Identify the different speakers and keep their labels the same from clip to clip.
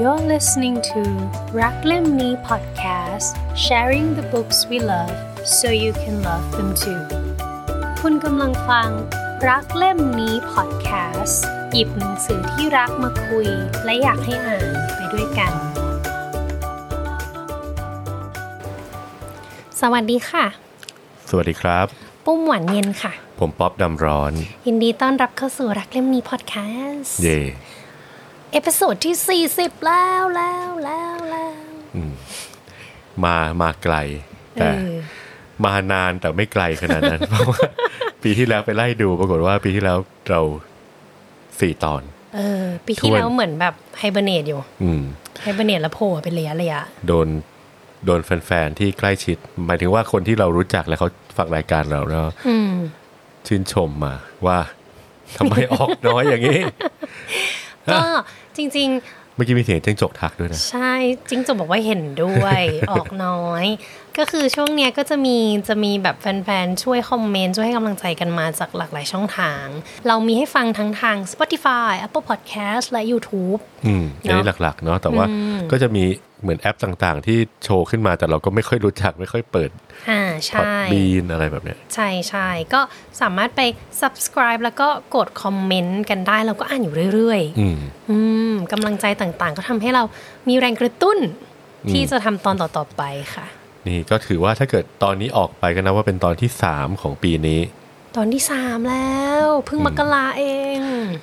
Speaker 1: You're listening to รักเล่มนี้ podcast sharing the books we love so you can love them too คุณกำลังฟัง รักเล่มนี้ podcast หยิบหนังสือที่รักมาคุย และอยากให้อ่านไปด้วยกัน สวัสดีค่ะ
Speaker 2: สวัสดีครับ
Speaker 1: ปุ้มหวานเย็นค่ะ
Speaker 2: ผมป๊อปดำร้อน
Speaker 1: ยินดีต้อนรับเข้าสู่รักเล่มนี้ podcast
Speaker 2: เย่
Speaker 1: เอพิโซดที่ 40 แล้วแล้วแล้วแล้ว
Speaker 2: มามาไกล
Speaker 1: เอ
Speaker 2: แต่
Speaker 1: อ
Speaker 2: มานานแต่ไม่ไกลขนาด นั้น เพราะว่าปีที่แล้วไปไล่ดูปรากฏว่าปีที่แล้วเราสี่ตอน
Speaker 1: เออปี
Speaker 2: ท
Speaker 1: ที่
Speaker 2: วน
Speaker 1: แล้วเหมือนแบบไฮเบอร์เนตอยู่
Speaker 2: อืม
Speaker 1: ไฮเบอร์เนตแล้วโผล่เป็นระยะระยะ
Speaker 2: โดนโดนแฟนๆที่ใกล้ชิด หมายถึงว่าคนที่เรารู้จักและเขาฟังรายการเราแล้ว
Speaker 1: อืม
Speaker 2: ชื่นชมมาว่า ทำไมออกน้อยอย่างนี้
Speaker 1: ก็จริง
Speaker 2: เมื่อกี้มีเสียงจิ้งจกทักด้วยนะ
Speaker 1: ๆ ใช่จริงจะบอกว่าเห็นด้วย ออกน้อย ก็คือช่วงเนี้ยก็จะมีจะมีแบบแฟนๆ ช่วยคอมเมนต์ ช่วยให้กำลังใจกันมาจากหลากหลายช่องทาง เรามีให้ฟังทั้งทาง Spotify Apple Podcast และ YouTube
Speaker 2: อืมอันนี้
Speaker 1: เนอะ
Speaker 2: หลักๆเนาะแต่ว่า
Speaker 1: อืม
Speaker 2: ก็จะมีเหมือนแอปต่างๆ ที่โชว์ขึ้นมาแต่เราก็ไม่ค่อยรู้จักไม่ค่อยเปิด
Speaker 1: อ่า
Speaker 2: พอด
Speaker 1: ใช่
Speaker 2: บีนอะไรแบบเนี้ย
Speaker 1: ใช่ใช่ก็สามารถไป subscribe แล้วก็กดคอมเมนต์กันได้เราก็อ่านอยู่เรื่อยๆ
Speaker 2: อืม
Speaker 1: อืมกำลังใจต่างๆ ก็ทำให้เรามีแรงกระตุ้น ที่จะทำตอนต่อๆไปค่ะ
Speaker 2: นี่ก็ถือว่าถ้าเกิดตอนนี้ออกไปก็นับว่าเป็นตอนที่สามของปีนี้
Speaker 1: ตอนที่สามแล้ว เพิ่งมกราเอง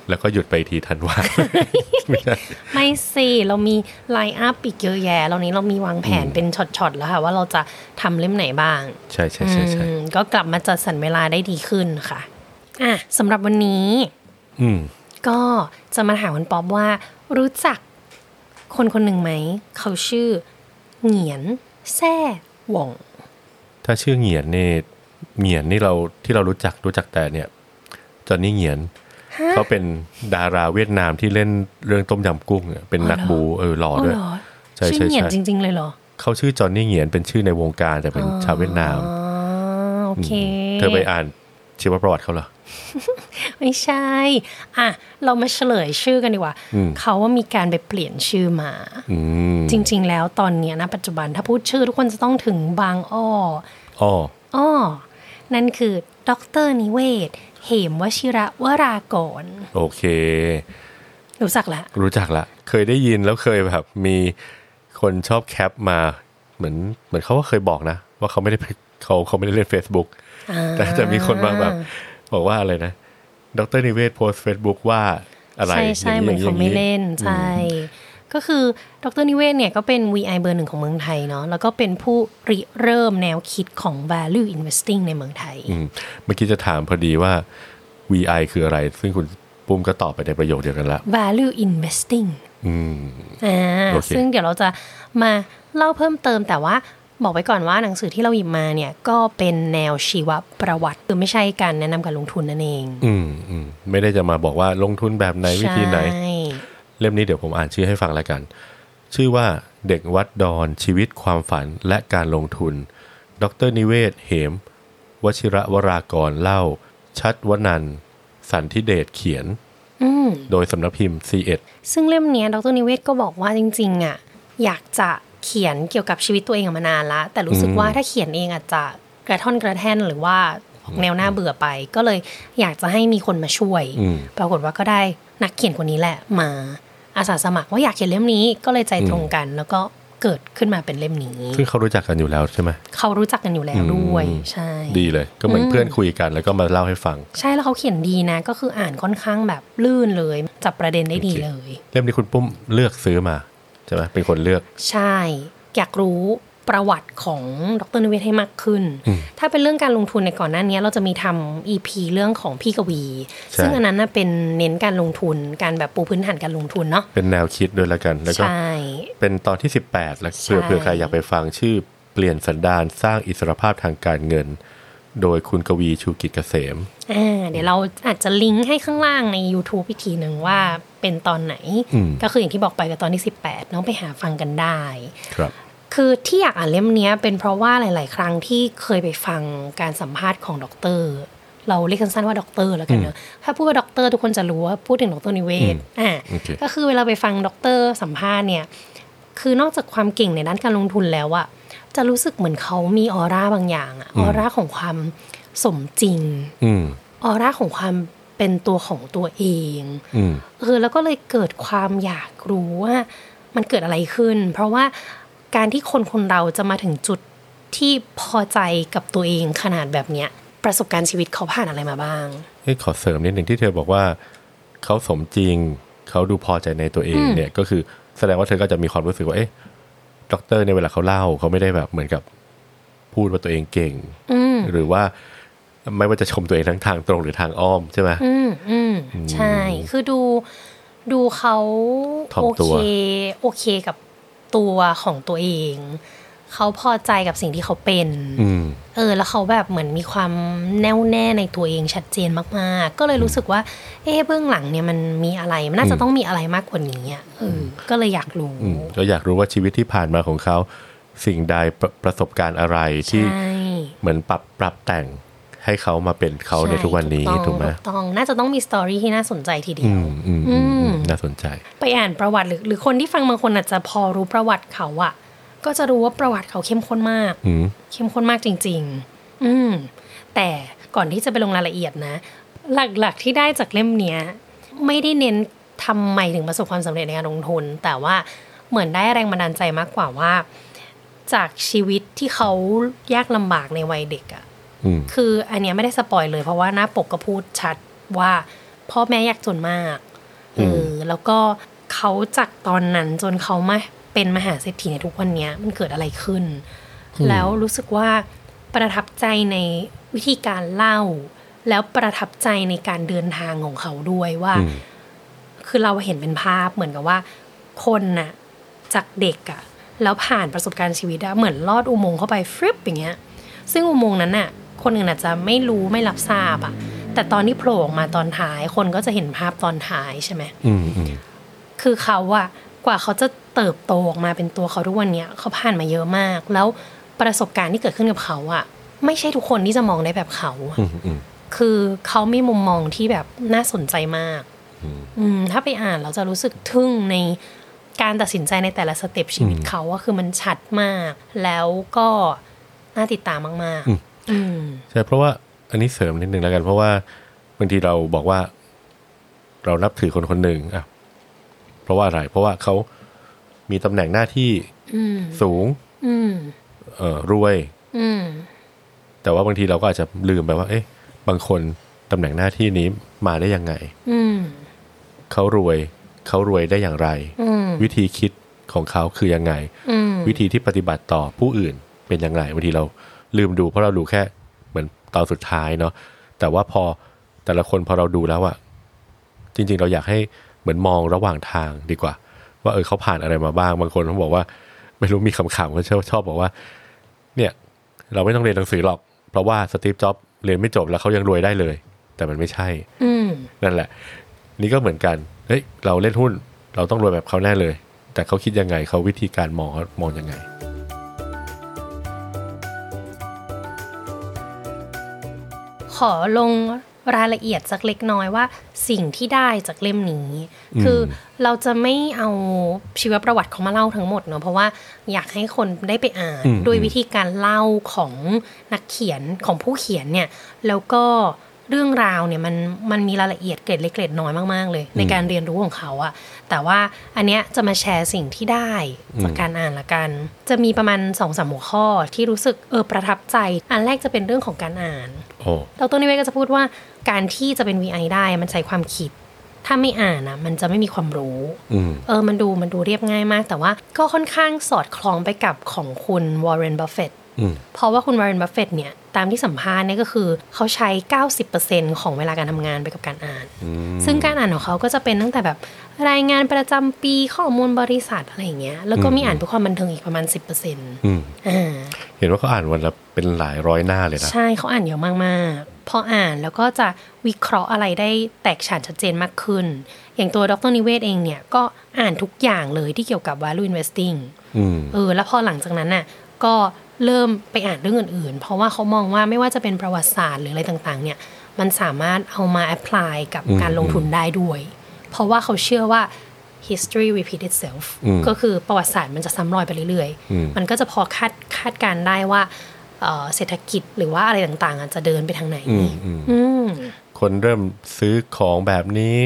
Speaker 2: แล้วก็หยุดไปทีทันวา ไม่ใช่
Speaker 1: ไม่สิเรามีไลน์อัพอีกเยอะแยะแล้วนี้เรามีวางแผนเป็นช็อตๆแล้วค่ะ ว่าเราจะทำเล่มไหนบ้าง
Speaker 2: ใช่ใช่ใช่ใช่
Speaker 1: อืมก็กลับมาจัดสรรเวลาได้ดีขึ้นค่ะอ่ะสำหรับวันนี้
Speaker 2: อืม
Speaker 1: ก็จะมาถามคุณป๊อบว่ารู้จักคนคนหนึ่งไหม เขาชื่อเหงียนแซ่หว่อง
Speaker 2: ถ้าชื่อเหงียนนี่เหงียนนี่เราที่เรารู้จักรู้จักแต่เนี่ยจอนนี่เหงียนเขาเป็นดาราเวียดนามที่เล่นเรื่องต้มยำกุ้งเนี่ยเป็นนัก
Speaker 1: อ๋อเหรอ
Speaker 2: บูเออหล่อ
Speaker 1: อ๋อ
Speaker 2: ด้วย
Speaker 1: เหรอ
Speaker 2: ใช่
Speaker 1: ชื่อ
Speaker 2: ใช่
Speaker 1: เหงียน
Speaker 2: ใช่
Speaker 1: จริง ๆ เลยเหรอ
Speaker 2: เขาชื่อจอนนี่เหงียนเป็นชื่อในวงการแต่เป็นชาวเวียดนาม
Speaker 1: อ๋อโอเค
Speaker 2: เธอไปอ่านชีวประวัติเขาเหรอ
Speaker 1: ไม่ใช่ อ่ะ เรามาเฉลยชื่อกันดีกว่า
Speaker 2: อืม
Speaker 1: เขาว่ามีการไปเปลี่ยนชื่อมา
Speaker 2: อืม
Speaker 1: จริง ๆ แล้วตอนเนี้ยนะปัจจุบันถ้าพูดชื่อทุกคนจะต้องถึงบางอ้อ
Speaker 2: อ๋อ
Speaker 1: อ้อ นั่นคือดอกเตอรนิเวศน์เหมวชิระวรากร
Speaker 2: โอเค
Speaker 1: รู้จักละ
Speaker 2: รู้จักละ เคยได้ยินแล้วเคยแบบมีคนชอบแคปมาเหมือนเหมือนเขาก็เคยบอกนะ ว่าเขาไม่ได้ไปเขาเขาไม่ได้เล่น Facebook
Speaker 1: อ่า
Speaker 2: แต่แต่มีคนมาแบบ บอกว่าอะไรนะ ดรนิเวศน์โพสต์ Facebook ว่าอะไร
Speaker 1: ใช่ใช่
Speaker 2: ย่ง
Speaker 1: เหมือนเขาไม่
Speaker 2: ย่ง
Speaker 1: เล่นใช่ ก็คือดรนิเวศน์เนี่ยก็เป็น VI เบอร์หนึ่งของเมืองไทยเนาะแล้วก็เป็นผู้ริเริ่มแนวคิดของ value investing ในเมืองไทย
Speaker 2: อืมเมื่อกี้จะถามพอดีว่า VI คืออะไร ซึ่งคุณปุ้มก็ตอบไปในประโยคเดียวกันละ
Speaker 1: value investing
Speaker 2: อืม
Speaker 1: อ่า
Speaker 2: โอเค
Speaker 1: ซึ่งเดี๋ยวเราจะมาเล่าเพิ่มเติมแต่ว่าบอกไว้ก่อนว่าหนังสือที่เราหยิบมาเนี่ยก็เป็นแนวชีวประวัติคือไม่ใช่การแนะนำการลงทุนนั่นเอง
Speaker 2: อืมอืมไม่ได้จะมาบอกว่าลงทุนแบบไหนวิธีไหน
Speaker 1: ใช่
Speaker 2: เล่มนี้เดี๋ยวผมอ่านชื่อให้ฟังแล้วกัน ชื่อว่าเด็กวัดดอนชีวิตความฝันและการลงทุน ดรนิเวศน์เหม วชิระวรากรเล่า ชัดวนันท์สันทิเดชเขียน
Speaker 1: อืม
Speaker 2: โดยสำนักพิมพ์ C1
Speaker 1: ซึ่งเล่มเนี้ยดรนิเวศน์ก็บอกว่าจริงๆอ่ะอยากจะเขียนเกี่ยวกับชีวิตตัวเองอะมานานละ แต่รู้สึก
Speaker 2: อืม
Speaker 1: ว่าถ้าเขียนเองอาจจะกระท่อนกระแท่นหรือว่าออกแนวหน้าเบื่อไป ก็เลยอยากจะให้มีคนมาช่วย
Speaker 2: อืม
Speaker 1: ปรากฏว่าก็ได้นักเขียนคนนี้แหละมาอาสาสมัครว่าอยากเขียนเล่มนี้ก็เลยใจตรงกัน แล้วก็เกิดขึ้นมาเป็นเล่มนี้
Speaker 2: ซึ่งเขารู้จักกันอยู่แล้วใช่ไหม
Speaker 1: เขารู้จักกันอยู่แล้วด้วย
Speaker 2: อืม
Speaker 1: ใช่
Speaker 2: ดีเลย ก็เหมือน
Speaker 1: อืม
Speaker 2: เพื่อนคุยกันแล้วก็มาเล่าให้ฟัง
Speaker 1: ใช่แล้วเขาเขียนดีนะ ก็คืออ่านค่อนข้างแบบลื่นเลยจับประเด็นได้ดี
Speaker 2: โอเค
Speaker 1: เลย
Speaker 2: เล่มนี้คุณปุ้มเลือกซื้อมาใช่ไหมเป็นคนเลือก
Speaker 1: ใช่ อยากรู้ประวัติของดรนิเวศน์ให้มากขึ้น
Speaker 2: อืม
Speaker 1: ถ้าเป็นเรื่องการลงทุนในยก่อนหน้านี้เราจะมีทำ EP เรื่องของพี่กวี
Speaker 2: ใช่
Speaker 1: ซึ่งอันนั้นน่ะเป็นเน้นการลงทุนการแบบปูพื้นฐานการลงทุนเนาะ
Speaker 2: เป็นแนวคิดด้วยแล้วกันแล้วก็
Speaker 1: ใช่
Speaker 2: เป็นตอนที่ 18 แล้วเผื่อ
Speaker 1: ใช่
Speaker 2: เผื่อใครอยากไปฟังชื่อเปลี่ยนสันดานสร้างอิสรภาพทางการเงิน โดยคุณกวีชูกิจเกษม
Speaker 1: อ่าเดี๋ยวเราอาจจะลิงก์ให้ข้างล่างใน YouTube อีกทีหนึ่งว่าเป็นตอนไหน
Speaker 2: อืม
Speaker 1: ก็คืออย่างที่บอกไปกับตอนที่ 18 น้องไปหาฟังกันได้
Speaker 2: ครับ
Speaker 1: คือที่อยากอ่านเล่มเนี้ยเป็นเพราะว่าหลาย ๆ ครั้งที่เคยไปฟังการสัมภาษณ์ของด็อกเตอร์ เราเรียกสั้นๆว่าด็อกเตอร์แล้วกันเนอะถ้าพูดว่าด็อกเตอร์ทุกคนจะรู้ว่าพูดถึงด็อกเตอร์นิเวศน์อ่า
Speaker 2: โอเค
Speaker 1: ก็คือเวลาไปฟังด็อกเตอร์สัมภาษณ์เนี่ย คือนอกจากความเก่งในด้านการลงทุนแล้วอะจะรู้สึกเหมือนเขามีออร่าบางอย่างอะออร่าของความสมจริง
Speaker 2: อืม
Speaker 1: ออร่าของความเป็นตัวของตัวเอง
Speaker 2: อืม
Speaker 1: เออแล้วก็เลยเกิดความอยากรู้ว่ามันเกิดอะไรขึ้น เพราะว่าการที่คนคนเราจะมาถึงจุดที่พอใจกับตัวเองขนาดแบบเนี้ย ประสบการณ์ชีวิตเขาผ่านอะไรมาบ้าง
Speaker 2: เอ้ยขอเสริมนิดหนึ่งที่เธอบอกว่าเขาสมจริง เขาดูพอใจในตัวเองเนี่ยก็คือแสดงว่าเธอก็จะมีความรู้สึกว่าเอ๊ะด็อกเตอร์ในยเวลาเขาเล่าเขาไม่ได้แบบเหมือนกับพูดว่าตัวเองเก่ง
Speaker 1: อืม
Speaker 2: หรือว่าไม่ว่าจะชมตัวเองทั้งทางตรงหรือทางอ้อมใช่ไหม
Speaker 1: อืมอืมใช่ คือดูดูเขา
Speaker 2: ถ่อม
Speaker 1: โอ
Speaker 2: ตั
Speaker 1: เคว โอเคกับตัวของตัวเอง เขาพอใจกับสิ่งที่เขาเป็น
Speaker 2: อืม
Speaker 1: เออแล้วเขาแบบเหมือนมีความแน่วแน่ในตัวเองชัดเจนมาก ๆ ก็เลยรู้สึกว่า เอ๊ะเบื้องหลังเนี่ยมันมีอะไร มันน่าจะต้องมีอะไรมากกว่านี้อ่ะเอออก็เลยอยากรู้
Speaker 2: อืมก็อยากรู้ว่าชีวิตที่ผ่านมาของเขาสิ่งใดประประสบการณ์อะไรที่
Speaker 1: ใช่
Speaker 2: เหมือนปรับปรับแต่งให้เขามาเป็นเขาใน
Speaker 1: ช่
Speaker 2: ทุกวันนี้
Speaker 1: ต้อง
Speaker 2: ถูกไหม
Speaker 1: ต้องน่าจะต้องมีสตอรี่ที่น่าสนใจทีเดี
Speaker 2: อื
Speaker 1: ยว
Speaker 2: มอืมอืมอืมน่าสนใจ
Speaker 1: ไปอ่านประวัติหรือหรือคนที่ฟังบางคนอาจจะพอรู้ประวัติเขาอะก็จะรู้ว่าประวัติเขาเข้มข้นมาก
Speaker 2: อืม
Speaker 1: เข้มข้นมากจริง ๆ อืม แต่ก่อนที่จะไปลงรายละเอียดนะ หลักๆที่ได้จากเล่มเนี้ย ไม่ได้เน้นทำไมถึงประสบความสำเร็จในการลงทุน แต่ว่าเหมือนได้แรงบันดาลใจมากกว่าว่า จากชีวิตที่เขายากลำบากในวัยเด็กอะ
Speaker 2: อืม
Speaker 1: คืออันเนี้ยไม่ได้สปอยเลย เพราะว่าหน้าปกก็พูดชัดว่าพ่อแม่ยากจนมากเอออแล้วก็เขาจากตอนนั้นจนเขามาเป็นมหาเศรษฐีในทุกวันเนี้ยมันเกิดอะไรขึ้น แล้วรู้สึกว่าประทับใจในวิธีการเล่า แล้วประทับใจในการเดินทางของเขาด้วยว่า
Speaker 2: อืม
Speaker 1: คือเราเห็นเป็นภาพเหมือนกับว่า คนน่ะจากเด็กอะแล้วผ่านประสบการณ์ชีวิตอะเหมือนลอดอุโมงค์เข้าไปฟริบอย่างเงี้ย ซึ่งอุโมงค์นั้นน่ะคนอื่นอาจจะไม่รู้ไม่รับทราบอะแต่ตอนที่โผล่ออกมาตอนท้าย คนก็จะเห็นภาพตอนท้ายใช่ไหม
Speaker 2: อืมอืม
Speaker 1: คือเขาอะกว่าเขาจะเติบโตออกมาเป็นตัวเขาทุกวันเนี้ยเขาผ่านมาเยอะมาก แล้วประสบการณ์ที่เกิดขึ้นกับเขาอะไม่ใช่ทุกคนที่จะมองได้แบบเขาอะ
Speaker 2: อืมอืม
Speaker 1: คือเขามีมุมมองที่แบบน่าสนใจมาก อืมถ้าไปอ่านเราจะรู้สึกทึ่งในการตัดสินใจในแต่ละสเต็ปชีวิตเขาว่าคือมันชัดมาก แล้วก็น่าติดตามมาก ๆ อืม
Speaker 2: ใช่เพราะว่าอันนี้เสริมนิดนึงแล้วกัน เพราะว่าบางทีเราบอกว่า เรานับถือคนคนหนึ่งอ่ะเพราะว่าอะไร เพราะว่าเขามีตำแหน่งหน้าที่
Speaker 1: อืม
Speaker 2: สูง
Speaker 1: อืม
Speaker 2: เอ่อรวย
Speaker 1: อืม
Speaker 2: แต่ว่าบางทีเราก็อาจจะลืมไปว่า เอ๊ะ บางคนตำแหน่งหน้าที่นี้มาได้ยังไง
Speaker 1: อืม
Speaker 2: เขารวย เขารวยได้อย่างไร
Speaker 1: อืม
Speaker 2: วิธีคิดของเขาคือยังไง
Speaker 1: อืม
Speaker 2: วิธีที่ปฏิบัติต่อผู้อื่นเป็นอย่างไรบางทีเราลืมดูเพราะเราดูแค่เหมือนตอนสุดท้ายเนาะแต่ว่าพอแต่ละคนพอเราดูแล้วอะจริง ๆ เราอยากให้เหมือนมองระหว่างทางดีกว่า ว่าเออเขาผ่านอะไรมาบ้างบางคนเขาบอกว่า ไม่รู้มีคำขำเขาชอบชอบบอกว่า เนี่ย เราไม่ต้องเรียนหนังสือหรอก เพราะว่าสตีฟจ็อบส์เรียนไม่จบแล้วเขายังรวยได้เลย แต่มันไม่ใช่
Speaker 1: อืม
Speaker 2: นั่นแหละ นี่ก็เหมือนกัน เฮ้ย เราเล่นหุ้น เราต้องรวยแบบเขาแน่เลย แต่เขาคิดยังไง เขาวิธีการมองเขามองยังไง
Speaker 1: ขอลงรายละเอียดสักเล็กน้อยว่าสิ่งที่ได้จากเล่มนี้
Speaker 2: อืม
Speaker 1: คือเราจะไม่เอาชีวประวัติเขามาเล่าทั้งหมดเนาะเพราะว่าอยากให้คนได้ไปอ่านด้วยวิธีการเล่าของนักเขียนของผู้เขียนเนี่ย แล้วก็เรื่องราวเนี่ยมันมันมีรายละเอียดเกร็ดเล็กเกร็ดน้อยมากๆเลย ในการเรียนรู้ของเขาอะแต่ว่าอันเนี้ยจะมาแชร์สิ่งที่ได้จากการอ่านละกัน จะมีประมาณสองสามหัวข้อที่รู้สึกเออประทับใจ อันแรกจะเป็นเรื่องของการอ่าน
Speaker 2: โอ้
Speaker 1: ดรนิเวศน์ก็จะพูดว่าการที่จะเป็น VI ได้มันใช้ความคิด ถ้าไม่อ่านนะมันจะไม่มีความรู้
Speaker 2: อืม
Speaker 1: เออมันดูมันดูเรียบง่ายมาก แต่ว่าก็ค่อนข้างสอดคล้องไปกับของคุณวอร์เรนบัฟเฟต
Speaker 2: อืม
Speaker 1: เพราะว่าคุณวอร์เรนบัฟเฟตเนี่ย ตามที่สัมภาษณ์เนี่ยก็คือเขาใช้ 90%ของเวลาการทำงานไปกับการอ่าน ซึ่งการอ่านของเขาก็จะเป็นตั้งแต่แบบรายงานประจำปีข้อมูลบริษัทอะไรอย่างเงี้ยแล้วก็มีอ่านเพื่อความบันเทิงอีกประมาณ 10%
Speaker 2: อืม
Speaker 1: อ่า
Speaker 2: เห็นว่าเขาอ่านวันละเป็นหลายร้อยหน้าเลยนะ
Speaker 1: ใช่เขาอ่านเยอะมากๆ พออ่านแล้วก็จะวิเคราะห์อะไรได้แตกฉานชัดเจนมากขึ้น อย่างตัวดรนิเวศน์เองเนี่ยก็อ่านทุกอย่างเลยที่เกี่ยวกับ value investing
Speaker 2: อืม
Speaker 1: เออแล้วพอหลังจากนั้นน่ะก็เริ่มไปอ่านเรื่องอื่นๆ เพราะว่าเขามองว่าไม่ว่าจะเป็นประวัติศาสตร์หรืออะไรต่างๆ เนี่ย มันสามารถเอามา apply กับการลงทุนได้ด้วย เพราะว่าเขาเชื่อว่า history repeat itself
Speaker 2: อืม
Speaker 1: ก็คือประวัติศาสตร์มันจะซ้ำรอยไปเรื่อย
Speaker 2: อืม
Speaker 1: มันก็จะพอคาดคาดการณ์ได้ว่าเอ่อเศรษฐกิจหรือว่าอะไรต่างๆอ่ะจะเดินไปทางไหน
Speaker 2: อืมอืม
Speaker 1: อืม
Speaker 2: คนเริ่มซื้อของแบบนี้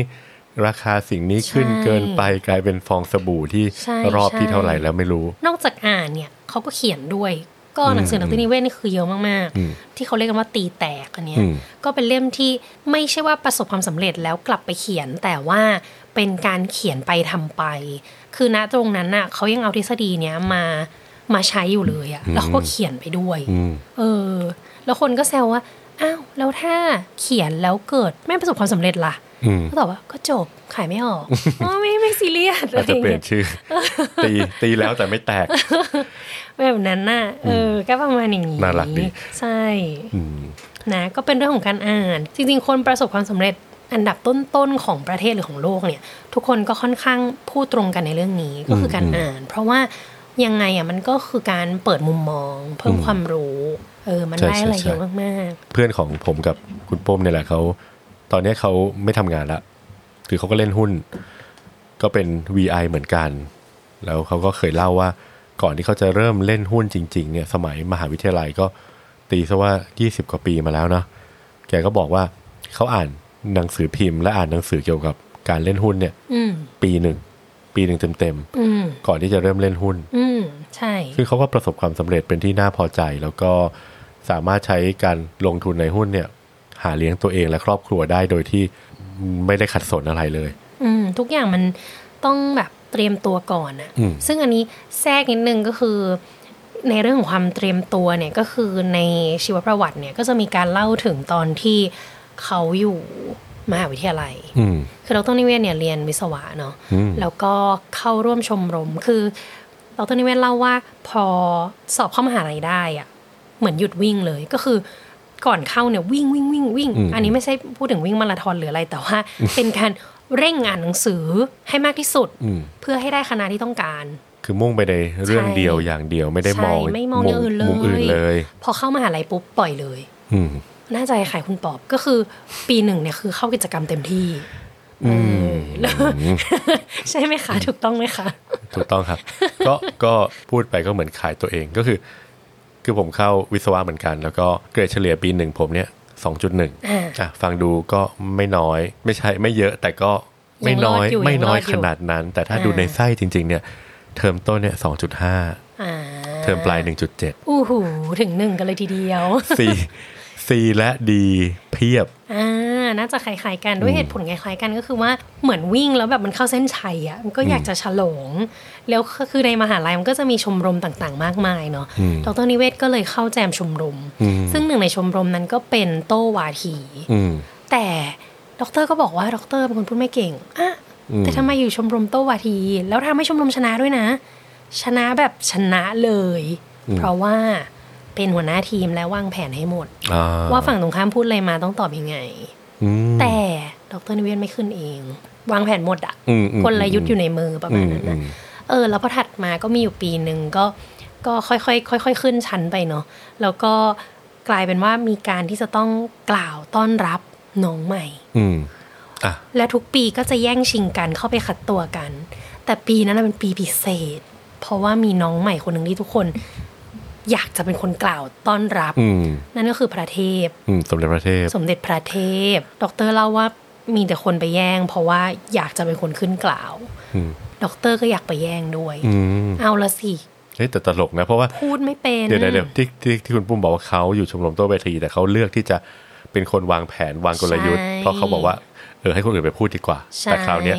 Speaker 2: ราคาสิ่งนี้ขึ้น
Speaker 1: ใช่
Speaker 2: เกินไปกลายเป็นฟองสบู่ที่
Speaker 1: ใช่
Speaker 2: รอบที่
Speaker 1: ใช่
Speaker 2: เท่าไหร่แล้วไม่รู้
Speaker 1: นอกจากอ่านเนี่ยเขาก็เขียนด้วย ก็หนังสือ
Speaker 2: อืม
Speaker 1: ดรนิเวศน์นี่คือเยอะมาก
Speaker 2: อืม
Speaker 1: ๆ ที่เขาเรียกกันว่าตีแตกอันเนี้ย
Speaker 2: อืม
Speaker 1: ก็เป็นเล่มที่ไม่ใช่ว่าประสบความสำเร็จแล้วกลับไปเขียน แต่ว่าเป็นการเขียนไปทำไป คือณตรงนั้นน่ะเขายังเอาทฤษฎีเนี้ยมามาใช้อยู่เลยอะแล้วเขาก็เขียนไปด้วย
Speaker 2: อืม
Speaker 1: เออ แล้วคนก็แซวว่าอ้าวแล้วถ้าเขียนแล้วเกิดไม่ประสบความสำเร็จล่ะ
Speaker 2: อืม
Speaker 1: ก็ตอบว่าก็จบขายไม่ออก อ๋อไม่ไม่ซีเรียส
Speaker 2: อาจจะ
Speaker 1: ไราง
Speaker 2: เป
Speaker 1: งี้
Speaker 2: ลี่ยนชื่อ ตีตีแล้วแต่ไม่แตก
Speaker 1: แบบนั้นน่ะ เออ ก็ประมาณอย่างนี้
Speaker 2: น่ารักดี
Speaker 1: ใช่
Speaker 2: อืม
Speaker 1: นะ ก็เป็นเรื่องของการอ่าน จริงๆ คนประสบความสำเร็จอันดับต้นๆ ของประเทศหรือของโลกเนี่ย ทุกคนก็ค่อนข้างพูดตรงกันในเรื่องนี้ ก็คือการอ่าน เพราะว่ายังไงอ่ะ มันก็คือการเปิดมุมมอง เพิ่มความรู้ เออ มัน
Speaker 2: ใช่
Speaker 1: ได้อะไร
Speaker 2: ใช่
Speaker 1: เยอะมาก
Speaker 2: เพื่อนของผมกับคุณป้มเนี่ยแหละเขาตอนเนี้ยเขาไม่ทำงานละคือเขาก็เล่นหุ้น ก็เป็น VI เหมือนกัน แล้วเขาก็เคยเล่าว่า ก่อนที่เขาจะเริ่มเล่นหุ้นจริง ๆ เนี่ย สมัยมหาวิทยาลัยก็ตีซะว่า 20 กว่าปีมาแล้วเนาะแกก็บอกว่าเขาอ่านหนังสือพิมพ์ และอ่านหนังสือเกี่ยวกับการเล่นหุ้นเนี่ย
Speaker 1: ๆ อืม
Speaker 2: ปีหนึ่งปีหนึ่งเต็ม
Speaker 1: อืม
Speaker 2: ๆก่อนที่จะเริ่มเล่นหุ้น
Speaker 1: อืม ใช่
Speaker 2: ซึ่งเขาก็ประสบความสำเร็จเป็นที่น่าพอใจ แล้วก็สามารถใช้การลงทุนในหุ้นเนี่ย หาเลี้ยงตัวเองและครอบครัวได้โดยที่ไม่ได้ขัดสนอะไรเลย
Speaker 1: อืมทุกอย่างมันต้องแบบเตรียมตัวก่อนอะ
Speaker 2: อืม
Speaker 1: ซึ่งอันนี้แทรกนิดนึงก็คือ ในเรื่องของความเตรียมตัวเนี่ยก็คือในชีวประวัติเนี่ยก็จะมีการเล่าถึงตอนที่เขาอยู่มหาวิทยาลัย
Speaker 2: อืม
Speaker 1: คือดรนิเวศน์เนี่ยเรียนวิศวะเนาะ
Speaker 2: อืม
Speaker 1: แล้วก็เข้าร่วมชมรมคือดรนิเวศน์เล่าว่าพอสอบเข้ามหาลัยได้อะเหมือนหยุดวิ่งเลยก็คือก่อนเข้าเนี่ยวิ่งวิ่งวิ่งวิ่ง อันนี้ไม่ใช่พูดถึงวิ่งมาราธอนหรืออะไรแต่ว่า เป็นการเร่งอ่านหนังสือให้มากที่สุด
Speaker 2: อืม
Speaker 1: เพื่อให้ได้คณะที่ต้องการ
Speaker 2: คือมุ่งไปในเรื่อง
Speaker 1: ใช่
Speaker 2: เดียวอย่างเดียวไม่ได้
Speaker 1: ใช่
Speaker 2: มอง
Speaker 1: ไม่มองอย่างอื่นเลย
Speaker 2: มุมอื่นเลย
Speaker 1: พอเข้ามหาลัยปุ๊บปล่อยเลย
Speaker 2: อืม
Speaker 1: น่าจะขายคุณปอบก็คือปีหนึ่งเนี่ยคือเข้ากิจกรรมเต็มที่เออแล้ว ใช่ไหมคะถูกต้องไหมคะ
Speaker 2: ถูกต้องครับ ก็ก็พูดไปก็เหมือนขายตัวเองก็คือ คือผมเข้าวิศวะเหมือนกัน แล้วก็เกรดเฉลี่ยปีหนึ่งผมเนี่ยสองจุดหนึ่ง
Speaker 1: อ่า
Speaker 2: อ่ะฟังดูก็ไม่น้อย ไม่ใช่ไม่เยอะแต่ก็ไม่น้อย
Speaker 1: ยังรอดอยู่
Speaker 2: ไม่น้อย
Speaker 1: ยังรอดอยู่
Speaker 2: ขนาดนั้น แต่ถ้า
Speaker 1: อ่า
Speaker 2: ดูในไส้จริง ๆ เนี่ย เทอมต้นเนี่ยสองจุดห้า
Speaker 1: อ่า
Speaker 2: เทอมปลายหนึ่งจุดเจ็ด
Speaker 1: อู้หูถึงหนึ่งกันเลยทีเดียว
Speaker 2: ซีซีและดีเพียบ
Speaker 1: อ่าน่าจะคล้ายๆกันด้วยเหตุผลคล้ายๆกันก็คือว่าเหมือนวิ่งแล้วแบบมันเข้าเส้นชัยอ่ะมันก็อยากจะฉลองแล้วก็คือในมหาลัยมันก็จะมีชมรมต่างๆ มากมายเนาะดรนิเวศน์ก็เลยเข้าแจมชมรม ซึ่งหนึ่งในชมรมนั้นก็เป็นโต้วาที
Speaker 2: อืม
Speaker 1: แต่ดรก็บอกว่าดรเป็นคนพูดไม่เก่งอ่ะแต่ทำไมอยู่ชมรมโต้วาที แล้วทำให้ชมรมชนะด้วยนะ ชนะแบบชนะเลย เพราะว่าเป็นหัวหน้าทีมและวางแผนให้หมด
Speaker 2: อ่า
Speaker 1: ว่าฝั่งตรงข้ามพูดอะไรมาต้องตอบยังไง
Speaker 2: อืม
Speaker 1: แต่ดรนิเวศน์ไม่ขึ้นเอง วางแผนหมดอะ
Speaker 2: อืมอืม
Speaker 1: กลยุทธ์อยู่ในมือประมาณนั้นนะ
Speaker 2: อืมอืม
Speaker 1: เออ แล้วพอถัดมาก็มีอยู่ปีหนึ่งก็ก็ค่อยๆค่อยๆขึ้นชั้นไปเนาะแล้วก็กลายเป็นว่ามีการที่จะต้องกล่าวต้อนรับน้องใหม่
Speaker 2: อืมอ่ะ
Speaker 1: และทุกปีก็จะแย่งชิงกันเข้าไปคัดตัวกัน แต่ปีนั้นนะเป็นปีพิเศษ เพราะว่ามีน้องใหม่คนหนึ่งที่ทุกคน อยากจะเป็นคนกล่าวต้อนรับ
Speaker 2: อืม
Speaker 1: นั่นก็คือพระเทพ
Speaker 2: อืมสมเด็จพระเทพ
Speaker 1: สมเด็จพระเทพ ดรเล่าว่ามีแต่คนไปแย่ง เพราะว่าอยากจะเป็นคนขึ้นกล่าว
Speaker 2: อืม
Speaker 1: ดรก็อยากไปแย่งด้วย
Speaker 2: อืม
Speaker 1: เอาละสิ
Speaker 2: เฮ้ยแต่ตลกนะเพราะว่า
Speaker 1: พูดไม่เป็น
Speaker 2: เดี๋ยวเดี๋ยวเดี๋ยวที่ที่ที่คุณปุ้มบอกว่าเขาอยู่ชมรมโต๊ะเวที แต่เขาเลือกที่จะเป็นคนวางแผนวางกลยุทธ์ เพราะเขาบอกว่าเออให้คนอื่นไปพูดดีกว่า
Speaker 1: ใช่
Speaker 2: แต่คราวเนี้ย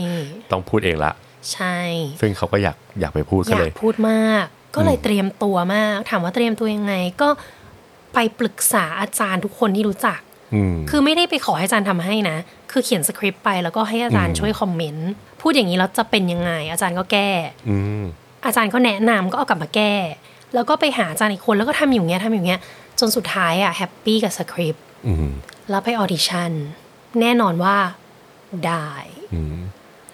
Speaker 2: ต้องพูดเองละ
Speaker 1: ใช่
Speaker 2: ซึ่งเขาก็อยากอยากไปพูด
Speaker 1: อ
Speaker 2: ก็
Speaker 1: ยา
Speaker 2: เล
Speaker 1: ก
Speaker 2: ย
Speaker 1: พูดมาก ก็เลยเตรียมตัวมาก ถามว่าเตรียมตัวยังไง ก็ไปปรึกษาอาจารย์ทุกคนที่รู้จัก
Speaker 2: อืม
Speaker 1: คือไม่ได้ไปขอให้อาจารย์ทำให้นะ คือเขียนสคริปต์ไปแล้วก็ให้อาจารย์
Speaker 2: อืม
Speaker 1: ช่วยคอมเมนต์ พูดอย่างนี้แล้วจะเป็นยังไง อาจารย์ก็แก้
Speaker 2: อืม
Speaker 1: อาจารย์ก็แนะนำก็เอากลับมาแก้ แล้วก็ไปหาอาจารย์อีกคนแล้วก็ทำอยู่เงี้ยทำอยู่เงี้ย จนสุดท้ายอะแฮปปี้กับสคริปต์
Speaker 2: อืม
Speaker 1: แล้วไปออดิชั่นแน่นอนว่าได้
Speaker 2: อืม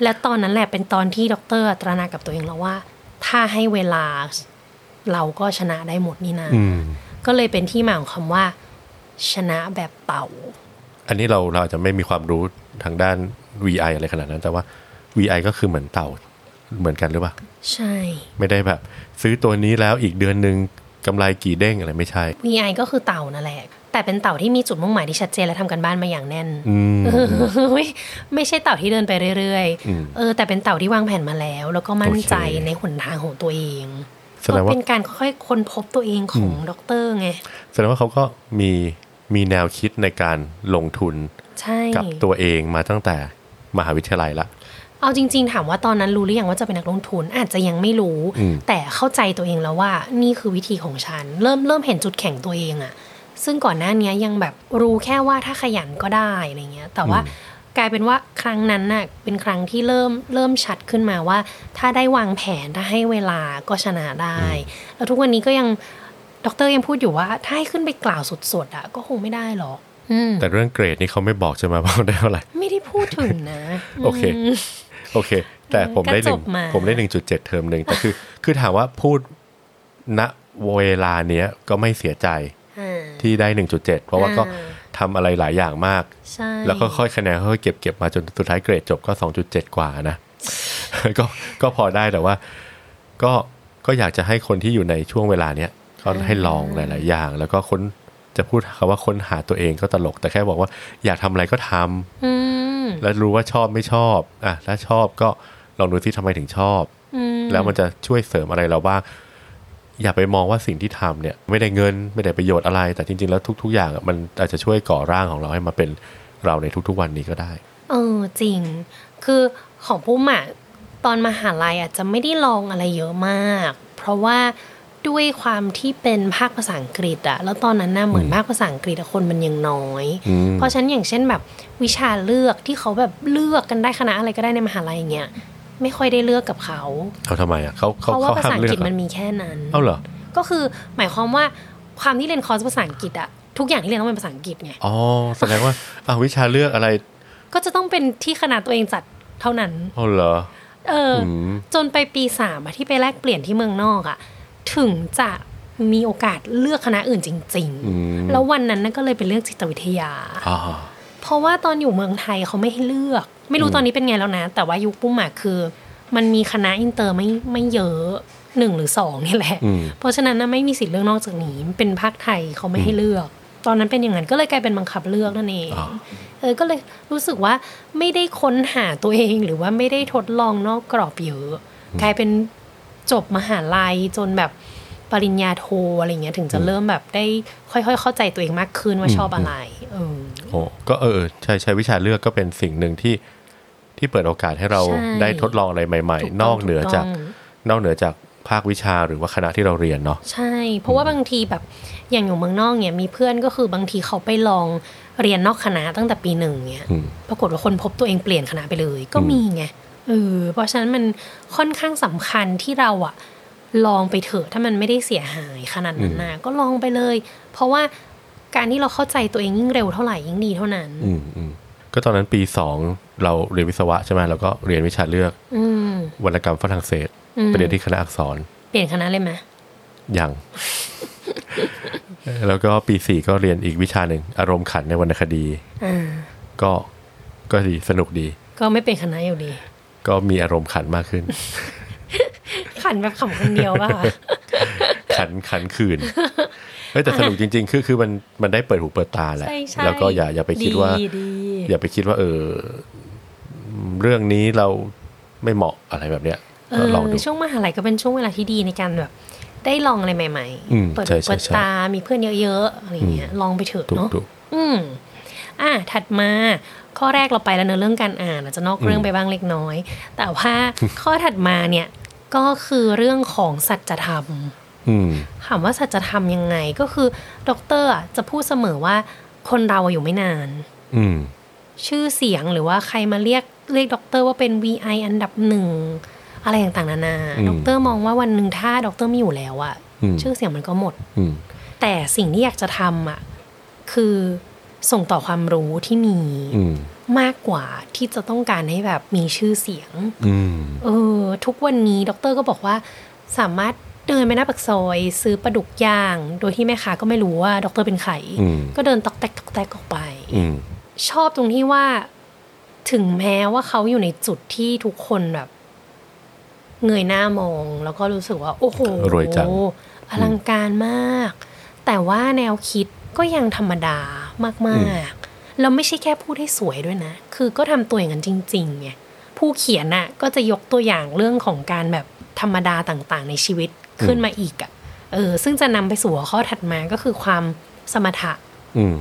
Speaker 1: และตอนนั้นแหละเป็นตอนที่ดอกเตอรตระหนักกับตัวเองแล้วว่า ถ้าให้เวลาเราก็ชนะได้หมดนี่นา
Speaker 2: อืม
Speaker 1: ก็เลยเป็นที่มาของคำว่า ชนะแบบเต่า
Speaker 2: อันนี้เราเราอาจจะไม่มีความรู้ทางด้าน VI อะไรขนาดนั้น แต่ว่า VI ก็คือเหมือนเต่าเหมือนกันหรือเปล่า
Speaker 1: ใช่
Speaker 2: ไม่ได้แบบ ซื้อตัวนี้แล้วอีกเดือนหนึ่งกำไรกี่เด้งอะไรไม่ใช่
Speaker 1: VI ก็คือเต่านั่นแหละ แต่เป็นเต่าที่มีจุดมุ่งหมายที่ชัดเจนและทำกันบ้านมาอย่างแน่น
Speaker 2: อืม
Speaker 1: ไม่ไม่ใช่เต่าที่เดินไปเรื่อย
Speaker 2: อืม
Speaker 1: ๆ เออแต่เป็นเต่าที่วางแผนมาแล้ว แล้วก็มั่นใจ
Speaker 2: โอเค
Speaker 1: ในหนทางของตัวเอง
Speaker 2: แสดง
Speaker 1: ก็
Speaker 2: ว่า
Speaker 1: เป็นการค่อยๆค้นพบตัวเองของด็อกเตอร์ไง
Speaker 2: แสดงว่าเขาก็มีมีแนวคิดในการลงทุน
Speaker 1: ใช่
Speaker 2: กับตัวเองมาตั้งแต่มหาวิทยาลัยละ
Speaker 1: เอาจริง ๆ ถามว่าตอนนั้นรู้หรือยังว่าจะเป็นนักลงทุนอาจจะยังไม่รู้
Speaker 2: อืม
Speaker 1: แต่เข้าใจตัวเองแล้วว่านี่คือวิธีของฉัน เริ่มเริ่มเห็นจุดแข็งตัวเองอะซึ่งก่อนหน้านี้ยังแบบรู้แค่ว่าถ้าขยันก็ได้อะไรเงี้ย แต่ว่ากลายเป็นว่าครั้งนั้นน่ะเป็นครั้งที่เริ่มเริ่มชัดขึ้นมาว่า ถ้าได้วางแผนถ้าให้เวลาก็ชนะได้ แล้วทุกวันนี้ก็ยังดรยังพูดอยู่ว่าถ้าให้ขึ้นไปกล่าวสดๆอะก็คงไม่ได้หรอกอืม
Speaker 2: แต่เรื่องเกรดนี่เขาไม่บอกใช่ไหมว่าได้เท่าไหร่
Speaker 1: ไม่ได้พูดถึงนะม
Speaker 2: โอเค โอเค แต่ผมได้หนึ่ง
Speaker 1: ก็จบมา
Speaker 2: ผมได้หนึ่งจุดเจ็ดเทอมหนึ่งแต่คือ คือถามว่าพูดณเวลาเนี้ยก็ไม่เสียใจ
Speaker 1: อ่า
Speaker 2: ที่ได้หนึ่งจุดเจ็ดเพราะว่าก็
Speaker 1: อ่
Speaker 2: ทำอะไรหลายอย่างมาก
Speaker 1: ใช่
Speaker 2: แล้วก็ค่อยคะแนนค่อยๆเก็บเก็บมาจนสุดท้ายเกรดจบก็สองจุดเจ็ดกว่านะ ก็ก็พอได้แต่ว่า ก็ก็อยากจะให้คนที่อยู่ในช่วงเวลาเนี้ยก็ให้ลองหลาย ๆ อย่าง แล้วก็ค้นจะพูดคำว่าค้นหาตัวเองก็ตลก แต่แค่บอกว่าอยากทำอะไรก็ทำ
Speaker 1: อืม
Speaker 2: แล้วรู้ว่าชอบไม่ชอบอ่ะถ้าชอบก็ลองดูที่ทำไมถึงชอบ
Speaker 1: อืม
Speaker 2: แล้วมันจะช่วยเสริมอะไรเราบ้าง อย่าไปมองว่าสิ่งที่ทำเนี่ย ไม่ได้เงินไม่ได้ประโยชน์อะไร แต่จริง ๆ แล้วทุก ๆ อย่างอะมันอาจจะช่วยก่อร่างของเราให้มาเป็นเราในทุกๆ วันนี้ก็ได้
Speaker 1: เออจริง คือของปุ้มอะตอนมหาลัยอาจจะไม่ได้ลองอะไรเยอะมาก เพราะว่าด้วยความที่เป็นภาคภาษาอังกฤษอะแล้วตอนนั้นน่ะเหมือนภาคภาษาอังกฤษอะคนมันยังน้อย
Speaker 2: อืม
Speaker 1: เพราะฉะนั้นอย่างเช่นแบบวิชาเลือกที่เขาแบบเลือกกันได้คณะอะไรก็ได้ในมหาลัยอย่างเงี้ยไม่ค่อยได้เลือกกับเขา
Speaker 2: เอาทำไมอ่ะเขา
Speaker 1: เพ
Speaker 2: เขา
Speaker 1: ราะว่า
Speaker 2: เขา
Speaker 1: ภา
Speaker 2: ห้า
Speaker 1: ษาม อัง
Speaker 2: เลือก
Speaker 1: ฤษ
Speaker 2: กเหร
Speaker 1: มัน
Speaker 2: อ
Speaker 1: มีแค่นั้น
Speaker 2: เอ้าเหรอ
Speaker 1: ก็คือหมายความว่าความที่เรียนคอร์สภาษาอังกฤษอะทุกอย่างที่เรียนต้องเป็นภาษาอังกฤษไง
Speaker 2: อ๋อแสดงว่าอ้าววิชาเลือกอะไร
Speaker 1: ก็จะต้องเป็นที่คณะตัวเองจัดเท่านั้น
Speaker 2: เอ้าเหรอ
Speaker 1: เอออ
Speaker 2: อืม
Speaker 1: จนไปปีสามอะที่ไปแลกเปลี่ยนที่เมืองนอกอะถึงจะมีโอกาสเลือกคณะอื่นจริง
Speaker 2: อืม
Speaker 1: ๆ แล้ววันนั้นน่ะก็เลยเป็นเลือกจิตวิทยา
Speaker 2: อ่า
Speaker 1: เพราะว่าตอนอยู่เมืองไทยเขาไม่ให้เลือก ไม่รู้ตอนนี้เป็นไงแล้วนะ แต่ว่ายุคปุ้มอะคือ มันมีคณะอินเตอร์ไม่ไม่เยอะหนึ่งหรือสองนี่แหละ
Speaker 2: อืม
Speaker 1: เพราะฉะนั้นนะไม่มีสิทธิ์เลือกนอกจากนี้มันเป็นภาคไทยเขาไม่ให้เลือก ตอนนั้นเป็นอย่างนั้นก็เลยกลายเป็นบังคับเลือกนั่นเอง
Speaker 2: อ๋อ
Speaker 1: เออก็เลยรู้สึกว่าไม่ได้ค้นหาตัวเองหรือว่าไม่ได้ทดลองนอกกรอบเยอะ กลายเป็นจบมหาลัยจนแบบปริญญาโทอะไรเงี้ยถึงจะเริ่มแบบได้ค่อยๆ เข้าใจตัวเองมากขึ้นว่าชอบอะไรเออ
Speaker 2: โอ้ก็เออใช่ใช้วิชาเลือกก็เป็นสิ่งหนึ่งที่ที่เปิดโอกาสให้เรา
Speaker 1: ใช่
Speaker 2: ได้ทดลองอะไรใหม่
Speaker 1: ถู
Speaker 2: ๆ น
Speaker 1: ต้ง
Speaker 2: อกเหนือ
Speaker 1: ถู
Speaker 2: จาก
Speaker 1: ต้อง
Speaker 2: นอกเหนือจากภาควิชาหรือว่าคณะที่เราเรียนเนาะ
Speaker 1: ใช่ เพราะว่าบางทีแบบอย่างอยู่เมืองนอกเนี่ยมีเพื่อนก็คือบางทีเขาไปลองเรียนนอกคณะตั้งแต่ปีหนึ่งเนี่ย
Speaker 2: อืม
Speaker 1: ปรากฏว่าคนพบตัวเองเปลี่ยนคณะไปเลย ก็มีไงเออเพราะฉะนั้นมันค่อนข้างสำคัญที่เราอะลองไปเถอะถ้ามันไม่ได้เสียหายขนาดนั้นนะก็ลองไปเลย เพราะว่าการที่เราเข้าใจตัวเองยิ่งเร็วเท่าไหร่ยิ่งดีเท่านั้น
Speaker 2: อืมอืมก็ตอนนั้นปีสองเราเรียนวิศวะใช่ไหมเราก็เรียนวิชาเลือก
Speaker 1: อืม
Speaker 2: วรรณกรรมฝรั่งเศส
Speaker 1: อืม
Speaker 2: ไปเรียนที่คณะอักษร
Speaker 1: เปลี่ยนคณะเลยไหม
Speaker 2: ยัง แล้วก็ปีสี่ก็เรียนอีกวิชาหนึ่งอารมณ์ขันในวรรณคดี
Speaker 1: อ่า
Speaker 2: ก็ก็ดีสนุกดี
Speaker 1: ก็ไม่เป็นคณะอยู่ดี
Speaker 2: ก็มีอารมณ์ขันมากขึ้น
Speaker 1: ขันแบบขำคนเดียวป่ะคะ
Speaker 2: ขันขันคื น เฮ้ยแต่สนุกจริง ๆ คือคือมันมันได้เปิดหูเปิดตาแหละ
Speaker 1: ใช่ใช่
Speaker 2: แล้วก็อย่าอย่าไปคิดว่า
Speaker 1: ดี
Speaker 2: อย่าไปคิดว่า เออ เรื่องนี้เราไม่เหมาะอะไรแบบเนี้ย
Speaker 1: เอ
Speaker 2: ก็
Speaker 1: อ
Speaker 2: ลองดู
Speaker 1: ช่วงมหาลัยก็เป็นช่วงเวลาที่ดีในการแบบ ได้ลองอะไรใหม่
Speaker 2: อืม
Speaker 1: เปิด
Speaker 2: ใช่
Speaker 1: หู
Speaker 2: ใช่
Speaker 1: เปิด
Speaker 2: ใช่
Speaker 1: ตา มีเพื่อนเยอะๆอะไรเงี้ยลองไปเถอะ
Speaker 2: ถูก
Speaker 1: เนาะ
Speaker 2: ถูก
Speaker 1: อืมอ่ะถัดมา ข้อแรกเราไปแล้วเนอะเรื่องการอ่านอาจจะนอกเรื่องไปบ้างเล็กน้อย แต่ ว่า ข้อถัดมาเนี่ยก็คือเรื่องของสัจธรรม
Speaker 2: อืม
Speaker 1: ถามว่าสัจธรรมยังไงก็คือดอกเตอร์อ่ะจะพูดเสมอว่าคนเราอะอยู่ไม่นาน
Speaker 2: อืม
Speaker 1: ชื่อเสียงหรือว่าใครมาเรียกเรียกด็อกเตอร์ว่าเป็น VI อันดับหนึ่งอะไรต่างๆนานา
Speaker 2: อืม
Speaker 1: ด็อกเตอร์มองว่าวันหนึ่งถ้าด็อกเตอร์ไม่อยู่แล้วอะ
Speaker 2: อืม
Speaker 1: ชื่อเสียงมันก็หมด
Speaker 2: อืม
Speaker 1: แต่สิ่งที่อยากจะทำอะคือส่งต่อความรู้ที่มี
Speaker 2: อืม
Speaker 1: มากกว่าที่จะต้องการให้แบบมีชื่อเสียง
Speaker 2: อืม
Speaker 1: เออทุกวันนี้ด็อกเตอร์ก็บอกว่า สามารถเดินไปหน้าปากซอยซื้อปลาดุกย่าง โดยที่แม่ค้าก็ไม่รู้ว่าด็อกเตอร์เป็นใคร
Speaker 2: อืม
Speaker 1: ก็เดินตอกแตกตอกแตกออกไป
Speaker 2: อืม
Speaker 1: ชอบตรงที่ว่า ถึงแม้ว่าเขาอยู่ในจุดที่ทุกคนแบบ เงยหน้ามอง แล้วก็รู้สึกว่า โอ้โห
Speaker 2: รวยจัง
Speaker 1: อลังการมาก แต่ว่าแนวคิดก็ยังธรรมดามากๆแล้วไม่ใช่แค่พูดให้สวยด้วยนะ คือก็ทำตัวอย่างนั้นจริงๆไงผู้เขียนน่ะ ก็จะยกตัวอย่างเรื่องของการแบบธรรมดาต่างๆ ในชีวิตขึ้นมาอีกอะเออ ซึ่งจะนำไปสู่หัวข้อถัดมาก็คือความสมถะ
Speaker 2: อืม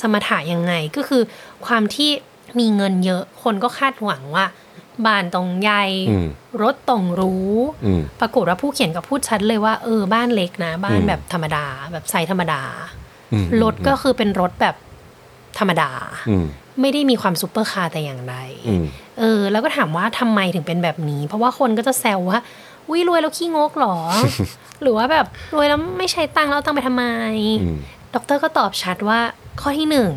Speaker 1: สมถะยังไงก็คือความที่มีเงินเยอะคนก็คาดหวังว่า บ้านต้องใหญ่
Speaker 2: อืม
Speaker 1: รถต้องหรู้
Speaker 2: อืม
Speaker 1: ปรากฏว่าผู้เขียนก็พูดชัดเลยว่าเออบ้านเล็กนะ บ้าน
Speaker 2: อืม
Speaker 1: แบบธรรมดา แบบไซส์ธรรมดา
Speaker 2: อืม
Speaker 1: รถก็คือเป็นรถแบบธรรมดา
Speaker 2: อืม
Speaker 1: ไม่ได้มีความซูเปอร์คาร์แต่อย่างใด
Speaker 2: อืม
Speaker 1: เออแล้วก็ถามว่าทำไมถึงเป็นแบบนี้ เพราะว่าคนก็จะแซวว่าอุ้ยรวยแล้วขี้งกเหรอ หรือว่าแบบรวยแล้วไม่ใช้ตังค์แล้วเอาตังค์ไปทำไม
Speaker 2: อืม
Speaker 1: ดอกเตอรก็ตอบชัดว่าข้อที่หนึ่ง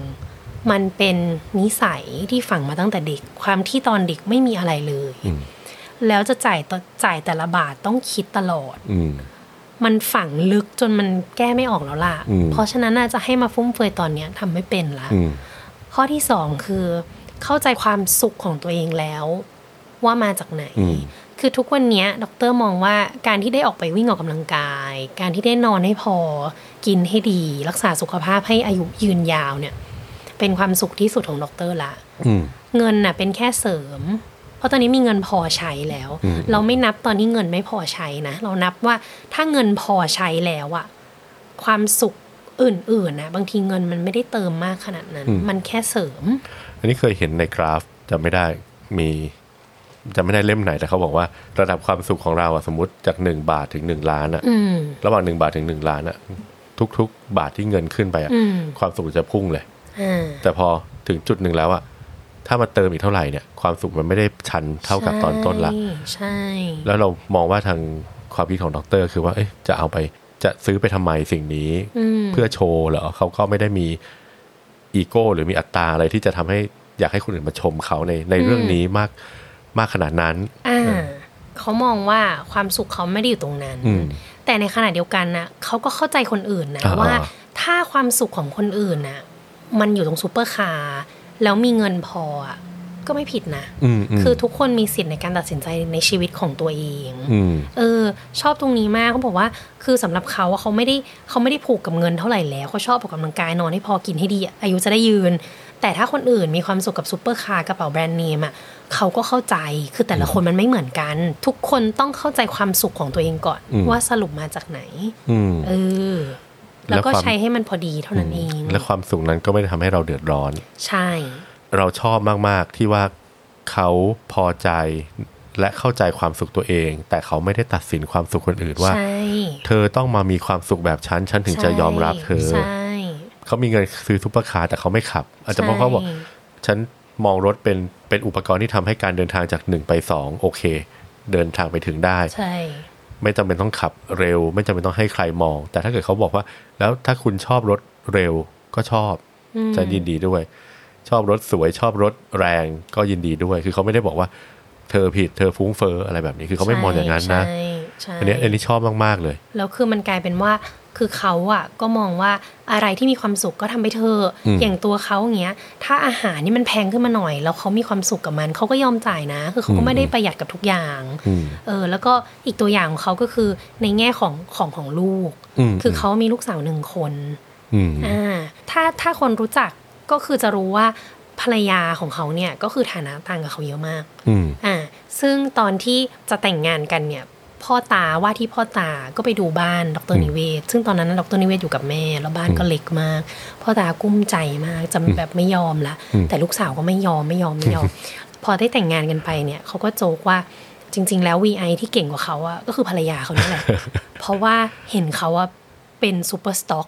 Speaker 1: มันเป็นนิสัยที่ฝังมาตั้งแต่เด็ก ความที่ตอนเด็กไม่มีอะไรเลย
Speaker 2: อืม
Speaker 1: แล้วจะจ่ายต่อจ่ายแต่ละบาทต้องคิดตลอด
Speaker 2: อืม
Speaker 1: มันฝังลึกจนมันแก้ไม่ออกแล้วล่ะ
Speaker 2: อืม
Speaker 1: เพราะฉะนั้นน่าจะให้มาฟุ่มเฟือยตอนเนี้ยทำไม่เป็นละ
Speaker 2: อืม
Speaker 1: ข้อที่สองคือเข้าใจความสุขของตัวเองแล้ว ว่ามาจากไหน
Speaker 2: อืม
Speaker 1: คือทุกวันเนี้ยดอกเตอรมองว่าการที่ได้ออกไปวิ่งออกกำลังกาย การที่ได้นอนให้พอ กินให้ดี รักษาสุขภาพให้อายุยืนยาวเนี่ย เป็นความสุขที่สุดของดอกเตอรละ
Speaker 2: อืม
Speaker 1: เงินน่ะเป็นแค่เสริม เพราะตอนนี้มีเงินพอใช้แล้ว
Speaker 2: อืม
Speaker 1: เราไม่นับตอนนี้เงินไม่พอใช้นะ เรานับว่าถ้าเงินพอใช้แล้วอะความสุขอื่นๆนะบางทีเงินมันไม่ได้เติมมากขนาดนั้น มันแค่เสริม
Speaker 2: อันนี้เคยเห็นในกราฟจำไม่ได้มีจำไม่ได้เล่มไหนแต่เขาบอกว่าระดับความสุขของเราอะสมมติจาก 1 บาทถึง 1 ล้านอะ
Speaker 1: อืม
Speaker 2: ระหว่าง 1 บาทถึง 1 ล้านอะทุกๆ บาทที่เงินขึ้นไปอะ
Speaker 1: อืม
Speaker 2: ความสุขจะพุ่งเลย
Speaker 1: อ่า
Speaker 2: แต่พอถึงจุดหนึ่งแล้วอะถ้ามาเติมอีกเท่าไหร่เนี่ยความสุขมันไม่ได้ชันเท่ากับตอนต้นละ
Speaker 1: ใช่ใช่
Speaker 2: แล้วเรามองว่าทางความคิดของดอกเตอรคือว่าเอ๊ะจะเอาไปจะซื้อไปทำไมสิ่งนี้
Speaker 1: อืม
Speaker 2: เพื่อโชว์เหรอเขาก็ไม่ได้มีอีโก้หรือมีอัตตาอะไรที่จะทำให้อยากให้คนอื่นมาชมเขาในในเรื่องนี้มากมากขนาดนั้น
Speaker 1: อ่าเขามองว่าความสุขเขาไม่ได้อยู่ตรงนั้น
Speaker 2: อืม
Speaker 1: แต่ในขณะเดียวกันนะเขาก็เข้าใจคนอื่นนะ
Speaker 2: อ่า
Speaker 1: ว่า
Speaker 2: อ่า
Speaker 1: ถ้าความสุขของคนอื่นนะมันอยู่ตรงซูเปอร์คาร์แล้วมีเงินพออะก็ไม่ผิดนะ
Speaker 2: อืมอืม
Speaker 1: คือทุกคนมีสิทธิ์ในการตัดสินใจในชีวิตของตัวเอง
Speaker 2: อืม
Speaker 1: เออ ชอบตรงนี้มากเขาบอกว่า คือสำหรับเขาอะเขาไม่ได้เขาไม่ได้ผูกกับเงินเท่าไหร่แล้วเขาชอบออกกำลังกายนอนให้พอกินให้ดีอายุจะได้ยืน แต่ถ้าคนอื่นมีความสุขกับซูเปอร์คาร์กระเป๋าแบรนด์เนมอะเขาก็เข้าใจคือแต่ละคนมันไม่เหมือนกัน ทุกคนต้องเข้าใจความสุขของตัวเองก่อน
Speaker 2: อืม
Speaker 1: ว่าสรุปมาจากไหน
Speaker 2: อืม
Speaker 1: เออ แล้วก็
Speaker 2: แล้วความ
Speaker 1: ใช้ให้มันพอดีเท่านั้นเอง
Speaker 2: และความสุขนั้นก็ไม่ได้ทำให้เราเดือดร้อน
Speaker 1: ใช่
Speaker 2: เราชอบมาก ๆ ที่ว่าเขาพอใจและเข้าใจความสุขตัวเอง แต่เขาไม่ได้ตัดสินความสุขคนอื่นว่า
Speaker 1: ใช่
Speaker 2: เธอต้องมามีความสุขแบบฉันฉันถึงจะยอมรับเธอ
Speaker 1: ใช่
Speaker 2: เขามีเงินซื้อซุปเปอร์คาร์แต่เขาไม่ขับ อาจจะเพราะเขาบอก
Speaker 1: ใช่
Speaker 2: ฉันมองรถเป็นเป็นอุปกรณ์ที่ทำให้การเดินทางจาก 1 ไป 2 โอเค เดินทางไปถึงได้
Speaker 1: ใช่
Speaker 2: ไม่จำเป็นต้องขับเร็ว ไม่จำเป็นต้องให้ใครมอง แต่ถ้าเกิดเขาบอกว่า แล้วถ้าคุณชอบรถเร็วก็ชอบ
Speaker 1: อืม
Speaker 2: ฉันยินดีด้วย ชอบรถสวยชอบรถแรงก็ยินดีด้วย คือเขาไม่ได้บอกว่า เธอผิดเธอฟุ้งเฟอ้ออะไรแบบนี้คือเขาไม่มองอย่างนั้นนะ
Speaker 1: ใช่ใช่
Speaker 2: อันเนี้ยอันนี้ชอบมากๆเลย
Speaker 1: แล้วคือมันกลายเป็นว่าคือเขาอะก็มองว่าอะไรที่มีความสุขก็ทำไปเถอะ
Speaker 2: อืม
Speaker 1: อย่างตัวเขาอย่างเงี้ย ถ้าอาหารนี่มันแพงขึ้นมาหน่อย แล้วเขามีความสุขกับมันเขาก็ยอมจ่ายนะ คือเขา
Speaker 2: อื
Speaker 1: ก็
Speaker 2: ม
Speaker 1: ไม่ได้ประหยัดกับทุกอย่าง
Speaker 2: อืม
Speaker 1: เออแล้วก็อีกตัวอย่างของเขาก็คือในแง่ของของของลูก
Speaker 2: ม
Speaker 1: คือเขามีลูกสาวหนึ่งคน
Speaker 2: อืม
Speaker 1: อ่าถ้าถ้าคนรู้จักก็คือจะรู้ว่าภรรยาของเขาเนี่ยก็คือฐานะต่างกับเขาเยอะมาก
Speaker 2: อืม
Speaker 1: อ่าซึ่งตอนที่จะแต่งงานกันเนี่ย พ่อตาว่าที่พ่อตาก็ไปดูบ้านดรนิเวศน์ซึ่งตอนนั้นนะดรนิเวศน์อยู่กับแม่ แล้วบ้านก็เล็กมาก พ่อตากุ้มใจมากจะแบบไม่ยอมละแต่ลูกสาวก็ไม่ยอมไม่ยอมไม่ย อม พอได้แต่งงานกันไปเนี่ยเขาก็โจกว่าจริง ๆ แล้ว VI ที่เก่งกว่าเขาอะก็คือภรรยาเขานี่ แหละ เพราะว่าเห็นเขาว่าเป็นซูเปอร์สต็ อก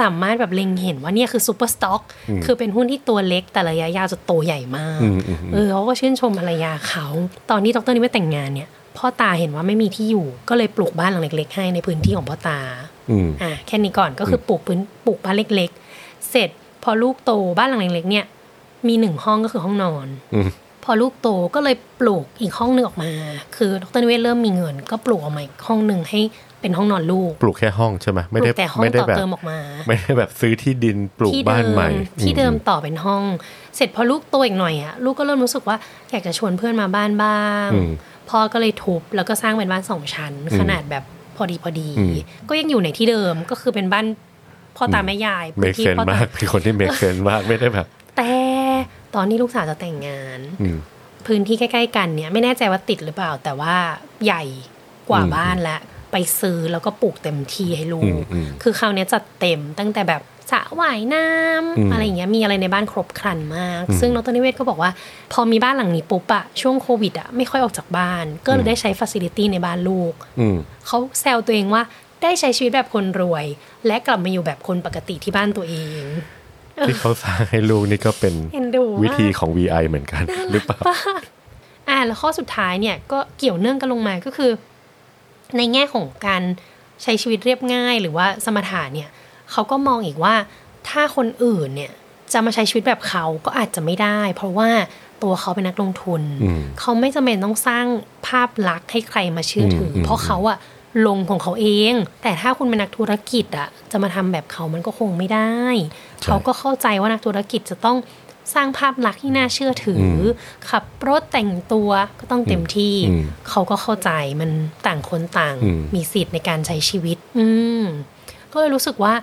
Speaker 1: สามารถแบบเล็งเห็นว่าเนี่ยคือซูเปอร์สต็อกคือเป็นหุ้นที่ตัวเล็กแต่ระยะยาวจะโตใหญ่มาก
Speaker 2: อืมอืม
Speaker 1: เออเขาก็ชื่นชมภรรยาเขา ตอนที่ดรนิเวศน์แต่งงานเนี่ย พ่อตาเห็นว่าไม่มีที่อยู่ ก็เลยปลูกบ้านหลังเล็ก ๆ ให้ในพื้นที่ของพ่อตา
Speaker 2: อืม
Speaker 1: อ่ะแค่นี้ก่อนก็คือปลูกพื้นปลูกบ้านเล็ก ๆ เสร็จพอลูกโตบ้านหลังเล็กๆเนี่ย มีหนึ่งห้องก็คือห้องนอน
Speaker 2: อืม
Speaker 1: พอลูกโตก็เลยปลูกอีกห้องหนึ่งออกมา คือดรนิเวศน์เริ่มมีเงิน ก็ปลูกออกมาอีกห้องหนึ่งให้ เป็นห้องนอนลูก
Speaker 2: ปลูกแค่ห้องใช่ไหม
Speaker 1: ป
Speaker 2: ไม่
Speaker 1: ลู
Speaker 2: ได้
Speaker 1: กแต่ห้อง
Speaker 2: ไม่ได้
Speaker 1: ต่อ
Speaker 2: แบบ
Speaker 1: เติมออกมา
Speaker 2: ไม่ได้แบบซื้อที่ดินปลูก
Speaker 1: ที่
Speaker 2: บ้าน
Speaker 1: เดิ
Speaker 2: ใหม่
Speaker 1: มที่เดิม
Speaker 2: อื
Speaker 1: ต่อเป็นห้อง เสร็จพอลูกโตอีกหน่อยอ่ะลูกก็เริ่มรู้สึกว่าอยากจะชวนเพื่อนมาบ้านบ้าง
Speaker 2: อืม
Speaker 1: พ่อก็เลยทุบแล้วก็สร้างเป็นบ้านสองชั้น ขนาดแบบพอดีพอดี
Speaker 2: อืม
Speaker 1: ก็ยังอยู่ในที่เดิมก็คือเป็นบ้านพ่อตาแม่ยาย
Speaker 2: เม
Speaker 1: พื้น
Speaker 2: ค
Speaker 1: ที่
Speaker 2: เซน
Speaker 1: พ่อตาม
Speaker 2: ากเป็นคนที่เมคเซนมากไม่ได้แบบ
Speaker 1: แต่ตอนนี้ลูกสาวจะแต่งงาน
Speaker 2: อืม
Speaker 1: พื้นที่ใกล้ ๆ กันเนี่ยไม่แน่ใจว่าติดหรือเปล่า แต่ว่าใหญ่กว่า
Speaker 2: อืม
Speaker 1: บ้านและไปซื้อแล้วก็ปลูกเต็มที่ให้ลู
Speaker 2: อื
Speaker 1: ก
Speaker 2: มอืม
Speaker 1: คือคราวเนี้ยจัดเต็มตั้งแต่แบบสระว่ายน้
Speaker 2: อืม
Speaker 1: ำอะไรอย่างเงี้ยมีอะไรในบ้านครบครันมาก
Speaker 2: อืม
Speaker 1: ซึ่งนตนิเวศก็บอกว่า พอมีบ้านหลังนี้ปุ๊บอะช่วงโควิดอะไม่ค่อยออกจากบ้าน ก็เล
Speaker 2: อื
Speaker 1: ย
Speaker 2: ม
Speaker 1: ได้ใช้ฟัสซิลิตี้ในบ้านลูก
Speaker 2: อืม
Speaker 1: เขาแซวตัวเองว่าได้ใช้ชีวิตแบบคนรวย และกลับมาอยู่แบบคนปกติที่บ้านตัวเอง
Speaker 2: ที่เขาสร้างให้ลูกนี่ก็เป็น
Speaker 1: เอ็นดู
Speaker 2: วิ
Speaker 1: มา
Speaker 2: ธี
Speaker 1: ก
Speaker 2: ของ VI เหมือนกัน หรือเปล่า
Speaker 1: อ่าแล้วข้อสุดท้ายเนี่ยก็เกี่ยวเนื่องกันลงมาก็คือ ในแง่ของการใช้ชีวิตเรียบง่ายหรือว่าสมถะเนี่ยเขาก็มองอีกว่าถ้าคนอื่นเนี่ยจะมาใช้ชีวิตแบบเขาก็อาจจะไม่ได้ เพราะว่าตัวเขาเป็นนักลงทุน
Speaker 2: อืม
Speaker 1: เขาไม่จำเป็นต้องสร้างภาพลักษณ์ให้ใครมาเชื่อถืออ
Speaker 2: ม
Speaker 1: เพราะเขาอะลงของเขาเอง แต่ถ้าคุณเป็นนักธุรกิจอะจะมาทำแบบเขามันก็คงไม่ได้ เขาก็เข้าใจว่านักธุรกิจจะต้องสร้างภาพลักษณ์ที่น่าเชื่อถืออ
Speaker 2: ม
Speaker 1: ขับรถแต่งตัวก็ต้องเต็มที่
Speaker 2: อืม
Speaker 1: เขาก็เข้าใจมันต่างคนต่าง
Speaker 2: อืม
Speaker 1: มีสิทธิ์ในการใช้ชีวิต อืมก็เลยรู้สึกว่า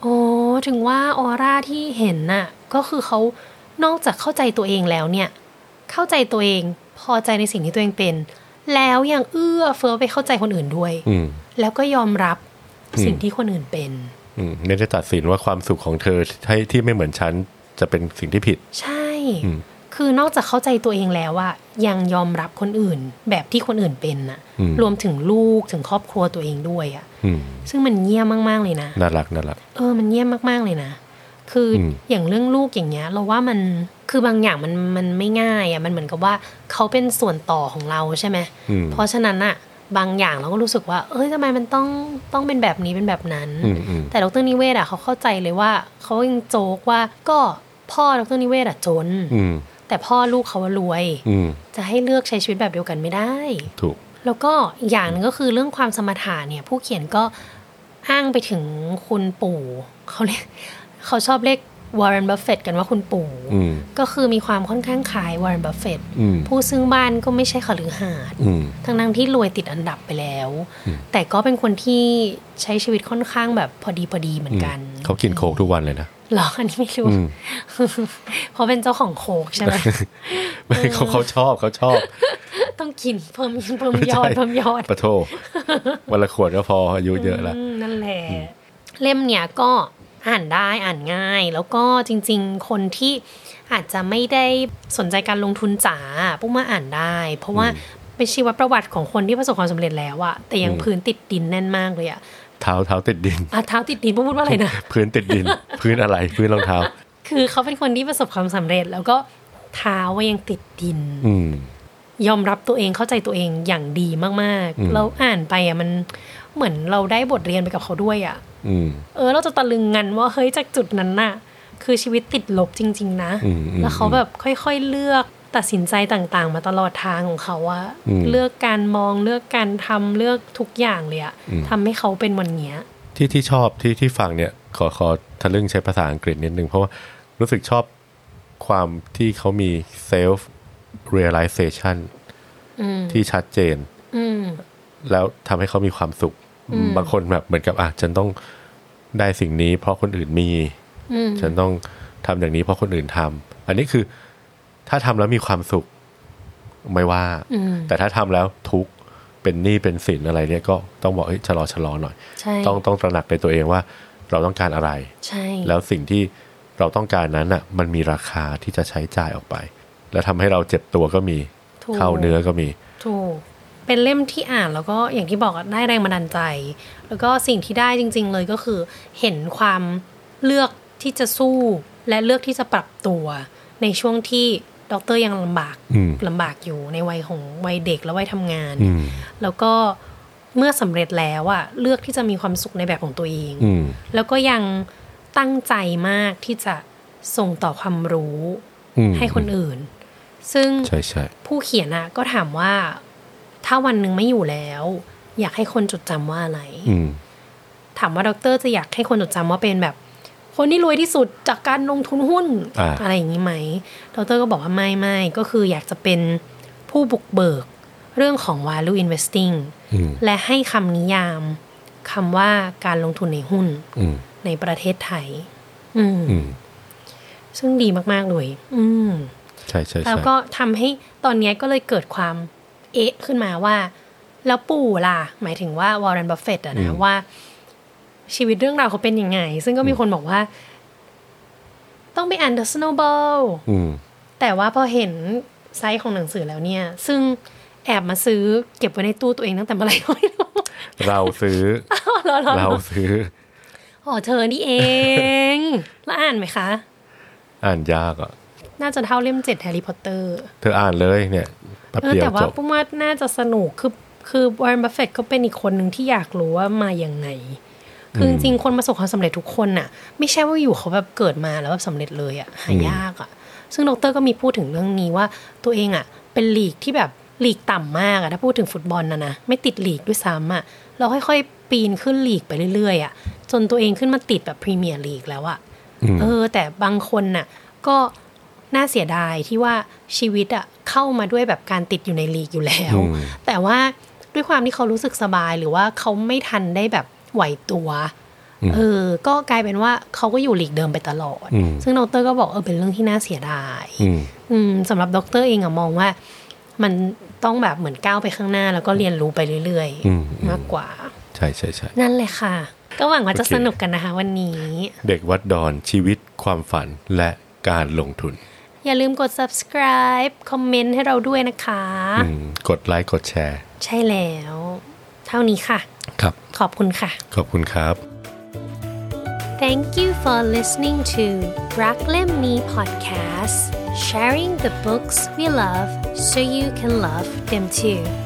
Speaker 1: โอ้ถึงว่าออร่าที่เห็นน่ะ ก็คือเขานอกจากเข้าใจตัวเองแล้วเนี่ย เข้าใจตัวเองพอใจในสิ่งที่ตัวเองเป็น แล้วยังเอื้อเฟื้อไปเข้าใจคนอื่นด้วย
Speaker 2: อืม
Speaker 1: แล้วก็ยอมรับ
Speaker 2: อืม
Speaker 1: สิ่งที่คนอื่นเป็น
Speaker 2: อืมไม่ได้ตัดสินว่าความสุขของเธอที่ที่ไม่เหมือนฉันจะเป็นสิ่งที่ผิด
Speaker 1: ใช่
Speaker 2: อืม
Speaker 1: คือนอกจากเข้าใจตัวเองแล้วอะยังยอมรับคนอื่นแบบที่คนอื่นเป็นน่ะ
Speaker 2: อืม
Speaker 1: รวมถึงลูกถึงครอบครัวตัวเองด้วยอะ
Speaker 2: อืม
Speaker 1: ซึ่งมันเยี่ยมมาก ๆ เลยนะ
Speaker 2: น่ารักน่ารัก
Speaker 1: เออ มันเยี่ยมมาก ๆ เลยนะ คืออ
Speaker 2: ม
Speaker 1: อย่างเรื่องลูกอย่างเงี้ย เราว่ามัน คือบางอย่างมัน มันไม่ง่ายอะมันเหมือนกับว่าเขาเป็นส่วนต่อของเราใช่ไหม
Speaker 2: อืม
Speaker 1: เพราะฉะนั้นอะบางอย่างเราก็รู้สึกว่า เอ้ยทำไมมันต้อง ต้องเป็นแบบนี้ เป็นแบบนั้น
Speaker 2: อืมอืม
Speaker 1: แต่ดรนิเวศน์อะเขาเข้าใจเลยว่า เขายังโจกว่า ก็พ่อดรนิเวศน์อะจน
Speaker 2: อืม
Speaker 1: แต่พ่อลูกเขาว่ารวย
Speaker 2: อืม
Speaker 1: จะให้เลือกใช้ชีวิตแบบเดียวกันไม่ได้
Speaker 2: ถูก
Speaker 1: แล้วก็อีกอย่างหนึงก็คือเรื่องความสมถะเนี่ย ผู้เขียนก็อ้างไปถึงคุณปู่เขาเรียก เขาชอบเรียกวอร์เรนบัฟเฟตกันว่าคุณปู่
Speaker 2: อืม
Speaker 1: ก็คือมีความค่อนข้างคล้ายวอร์เรนบัฟเฟต
Speaker 2: อืม
Speaker 1: ผู้ซึ่งบ้านก็ไม่ใช่ขลือหาด
Speaker 2: อืม
Speaker 1: ทั้งนั้นที่รวยติดอันดับไปแล้ว
Speaker 2: อืม
Speaker 1: แต่ก็เป็นคนที่ใช้ชีวิตค่อนข้างแบบพอดีพอดีเหมือนกัน
Speaker 2: เขากินโคกทุกวันเลยนะ
Speaker 1: หรออันนี้ไม่รู้
Speaker 2: อืม
Speaker 1: เพราะเป็นเจ้าของโคกใช่ ไหม
Speaker 2: ไม่ เขาเขาชอบเขาชอบ
Speaker 1: ต้องกินเพิ่ม ยิ่งเพิ่ม
Speaker 2: ไม่
Speaker 1: ย
Speaker 2: ใช่
Speaker 1: อดเพิ่มยอด
Speaker 2: ปะโทวันละขวดก็พออายุเยอะแล้ว
Speaker 1: มนั่นแหละ เล่มเนี่ยก็อ่านได้อ่านง่าย แล้วก็จริงๆ คนที่อาจจะไม่ได้สนใจการลงทุนจ๋าปุ๊กมาอ่านได้ เพราะว่าเป็นชีวประวัติของคนที่ประสบความสำเร็จแล้วอะแต่ยัง
Speaker 2: อืม
Speaker 1: พื้นติดดินแน่นมากเลยอะ
Speaker 2: เท้าเท้าติดดิน
Speaker 1: อ่ะเท้าติดดินปุ๊กพูดว่าอะไร นะ
Speaker 2: พื้นติดดิน พื้นอะไรพื้นรองเท้า
Speaker 1: คือเขาเป็นคนที่ประสบความสำเร็จ แล้วก็เท้าว่ายังติดดิน
Speaker 2: อืม
Speaker 1: ยอมรับตัวเองเข้าใจตัวเองอย่างดีมาก
Speaker 2: อืม
Speaker 1: ๆ เราอ่านไปอะมันเหมือนเราได้บทเรียนไปกับเขาด้วยอะ
Speaker 2: อืม
Speaker 1: เออเราจะตะลึงงันว่าเฮ้ยจากจุดนั้นน่ะ คือชีวิตติดลบจริง ๆ นะ
Speaker 2: อืมอืม
Speaker 1: แล้วเขาแบบค่อยๆเลือกตัดสินใจต่างๆ มาตลอดทางของเขาว่า
Speaker 2: อืม
Speaker 1: เลือกการมองเลือกการทำเลือกทุกอย่างเลยอะ
Speaker 2: อืม
Speaker 1: ทำให้เขาเป็นวันเนี้ย
Speaker 2: ที่ที่ชอบที่ที่ฟังเนี่ย ขอขอทะลึ่งใช้ภาษาอังกฤษนิดนึง เพราะว่ารู้สึกชอบความที่เขามี self realization
Speaker 1: อืม
Speaker 2: ที่ชัดเจน
Speaker 1: อืม
Speaker 2: แล้วทำให้เขามีความสุข
Speaker 1: อืม
Speaker 2: บางคนแบบเหมือนกับอ่ะฉันต้องได้สิ่งนี้ เพราะคนอื่นมี
Speaker 1: อืม
Speaker 2: ฉันต้องทำอย่างนี้เพราะคนอื่นทำอันนี้คือถ้าทำแล้วมีความสุขไม่ว่า
Speaker 1: อืม
Speaker 2: แต่ถ้าทำแล้วทุกข์เป็นหนี้เป็นสินอะไรเนี่ยก็ต้องบอกเฮ้ยชะลอชะลอหน่อย
Speaker 1: ใช่
Speaker 2: ต้องต้องตระหนักในตัวเองว่าเราต้องการอะไร
Speaker 1: ใช่
Speaker 2: แล้วสิ่งที่เราต้องการนั้นอ่ะมันมีราคาที่จะใช้จ่ายออกไป แล้วทำให้เราเจ็บตัวก็มี
Speaker 1: ถูก
Speaker 2: เข้าเนื้อก็มี
Speaker 1: ถูกเป็นเล่มที่อ่านแล้วก็อย่างที่บอกอะได้แรงบันดาลใจ แล้วก็สิ่งที่ได้จริง ๆ เลยก็คือ เห็นความเลือกที่จะสู้ และเลือกที่จะปรับตัว ในช่วงที่ดอกเตอร์ยังลำบาก
Speaker 2: อืม
Speaker 1: ลำบากอยู่ในวัยของวัยเด็กและวัยทำงาน
Speaker 2: อืม
Speaker 1: แล้วก็เมื่อสำเร็จแล้วอะเลือกที่จะมีความสุขในแบบของตัวเอง
Speaker 2: อืม
Speaker 1: แล้วก็ยังตั้งใจมากที่จะส่งต่อความรู้
Speaker 2: อืม
Speaker 1: ให้คนอื่น ซึ่ง
Speaker 2: ใช่ใช่
Speaker 1: ผู้เขียนอะก็ถามว่าถ้าวันหนึ่งไม่อยู่แล้ว อยากให้คนจดจำว่าอะไร
Speaker 2: อืม
Speaker 1: ถามว่าด็อกเตอร์จะอยากให้คนจดจำว่าเป็นแบบ คนที่รวยที่สุดจากการลงทุนหุ้น
Speaker 2: อ่า
Speaker 1: ไรอย่างนี้ไหมด็อกเตอร์ก็บอกว่าไม่ไม่ก็คืออยากจะเป็นผู้บุกเบิกเรื่องของ value investing
Speaker 2: อืม
Speaker 1: และให้คำนิยามคำว่าการลงทุนในหุ้น
Speaker 2: อืม
Speaker 1: ในประเทศไทย อืม
Speaker 2: อืม
Speaker 1: ซึ่งดีมาก ๆ เลย อืม
Speaker 2: ใช่ใช่
Speaker 1: แล้ว
Speaker 2: ใช่
Speaker 1: ก็ทำให้ตอนเนี้ยก็เลยเกิดความเอ๊ะขึ้นมาว่า แล้วปู่ล่ะ หมายถึงว่าวอร์เรนบัฟเฟตต์อะนะว่า ชีวิตเรื่องราวเขาเป็นยังไง ซึ่งก็มีคนบอกว่า ต้องไปอ่าน The Snowball
Speaker 2: อืม
Speaker 1: แต่ว่าพอเห็นไซส์ของหนังสือแล้วเนี่ย ซึ่งแอบมาซื้อเก็บไว้ในตู้ตัวเองตั้งแต่เมื่อไหร่ก็ไม่รู้
Speaker 2: เราซื้อ
Speaker 1: รอรอร
Speaker 2: เรา
Speaker 1: อ
Speaker 2: ซื้อ
Speaker 1: อ๋อเธอนี่เอง แล้วอ่านไหมคะ
Speaker 2: อ่านยากอ่ะ
Speaker 1: น่าจะเท่าเล่มเจ็ดแฮร์รี่พอตเตอร์
Speaker 2: เธออ่านเลยเนี่ยแป๊บ
Speaker 1: เออ
Speaker 2: เดียว
Speaker 1: แต่
Speaker 2: จ
Speaker 1: ว่า
Speaker 2: บ
Speaker 1: ปุ้มว่าน่าจะสนุกคือคือวอร์เรนบัฟเฟตก็เป็นอีกคนหนึ่งที่อยากรู้ว่ามาอย่างไง คือจริงๆคนประสบความสำเร็จทุกคนน่ะ ไม่ใช่ว่าอยู่เขาแบบเกิดมาแล้วแบบสำเร็จเลยอะหายากอะซึ่งดรก็มีพูดถึงเรื่องนี้ว่าตัวเองอะเป็นลีกที่แบบลีกต่ำมากอะถ้าพูดถึงฟุตบอลนะนะไม่ติดลีกด้วยซ้ำอะเราค่อยๆปีนขึ้นลีกไปเรื่อยๆอะจนตัวเองขึ้นมาติดแบบพรีเมียร์ลีกแล้วอะ
Speaker 2: อืม
Speaker 1: เออแต่บางคนน่ะก็น่าเสียดายที่ว่าชีวิตอะเข้ามาด้วยแบบการติดอยู่ในลีกอยู่แล้ว
Speaker 2: อืม
Speaker 1: แต่ว่าด้วยความที่เขารู้สึกสบายหรือว่าเขาไม่ทันได้แบบไหวตัว
Speaker 2: อืม
Speaker 1: เออก็กลายเป็นว่าเขาก็อยู่ลีกเดิมไปตลอด
Speaker 2: อืม
Speaker 1: ซึ่งดรก็บอกเออเป็นเรื่องที่น่าเสียดาย
Speaker 2: อืม
Speaker 1: อืมสำหรับดรเองอะมองว่ามันต้องแบบเหมือนก้าวไปข้างหน้า แล้วก็เรียนรู้ไปเรื่อย
Speaker 2: อืมอืม
Speaker 1: มากกว่า
Speaker 2: ใช่ใช่ใช่
Speaker 1: นั่นเลยค่ะ ก็หวังว่าจะสนุกกันนะคะวันนี้
Speaker 2: เด็กวัดดอนชีวิตความฝันและการลงทุน
Speaker 1: อย่าลืมกด subscribe คอมเมนต์ให้เราด้วยนะคะ
Speaker 2: อืมกดไลค์กดแชร์
Speaker 1: ใช่แล้ว เท่านี้ค่ะ
Speaker 2: ครับ
Speaker 1: ขอบคุณค่ะ
Speaker 2: ขอบคุณครับ
Speaker 1: Thank you for listening to รักเล่มนี้ podcast sharing the books we love so you can love them too